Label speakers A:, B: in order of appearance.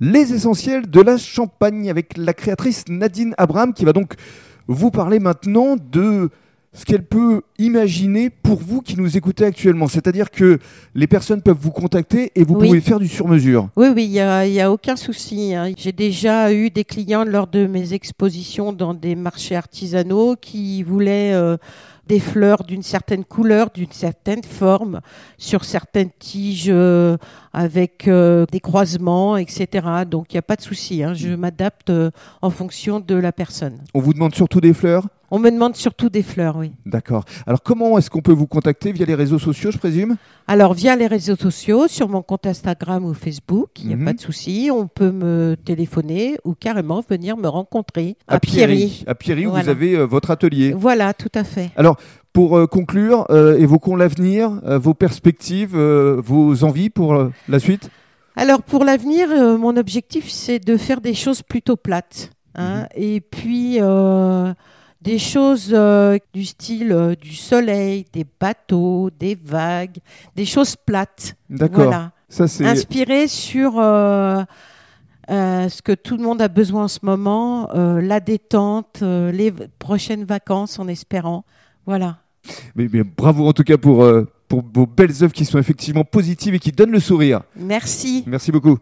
A: Les essentiels de la Champagne avec la créatrice Nadine Abraham qui va donc vous parler maintenant de ce qu'elle peut imaginer pour vous qui nous écoutez actuellement. C'est-à-dire que les personnes peuvent vous contacter et vous
B: Oui.
A: pouvez faire du sur-mesure.
B: Oui, oui, il n'y a, il y a aucun souci. hein. J'ai déjà eu des clients lors de mes expositions dans des marchés artisanaux qui voulaient euh, des fleurs d'une certaine couleur, d'une certaine forme, sur certaines tiges euh, avec euh, des croisements, etc. Donc il n'y a pas de souci. hein. Je m'adapte euh, en fonction de la personne.
A: On vous demande surtout des fleurs
B: On me demande surtout des fleurs, oui.
A: D'accord. Alors comment est-ce qu'on peut vous contacter Via les réseaux sociaux, je présume
B: Alors, via les réseaux sociaux, sur mon compte Instagram ou Facebook, il n'y a
A: Mhm.
B: pas de souci. On peut me téléphoner ou carrément venir me rencontrer à,
A: Pierry. À Pierry, où vous
B: Voilà.
A: avez euh, votre atelier.
B: Voilà, tout à fait.
A: Pour euh, conclure, euh, évoquons l'avenir, euh, vos perspectives, euh, vos envies pour euh, la suite.
B: Alors, pour l'avenir, euh, mon objectif, c'est de faire des choses plutôt plates. hein.
A: Mhm.
B: Et puis, euh, des choses euh, du style euh, du soleil, des bateaux, des vagues, des choses plates.
A: D'accord.
B: Voilà.
A: Ça, c'est...
B: inspiré sur euh, euh, ce que tout le monde a besoin en ce moment, euh, la détente, euh, les v- prochaines vacances en espérant. Voilà.
A: Mais, mais bravo en tout cas pour, euh, pour vos belles œuvres qui sont effectivement positives et qui donnent le sourire.
B: Merci.
A: Merci beaucoup.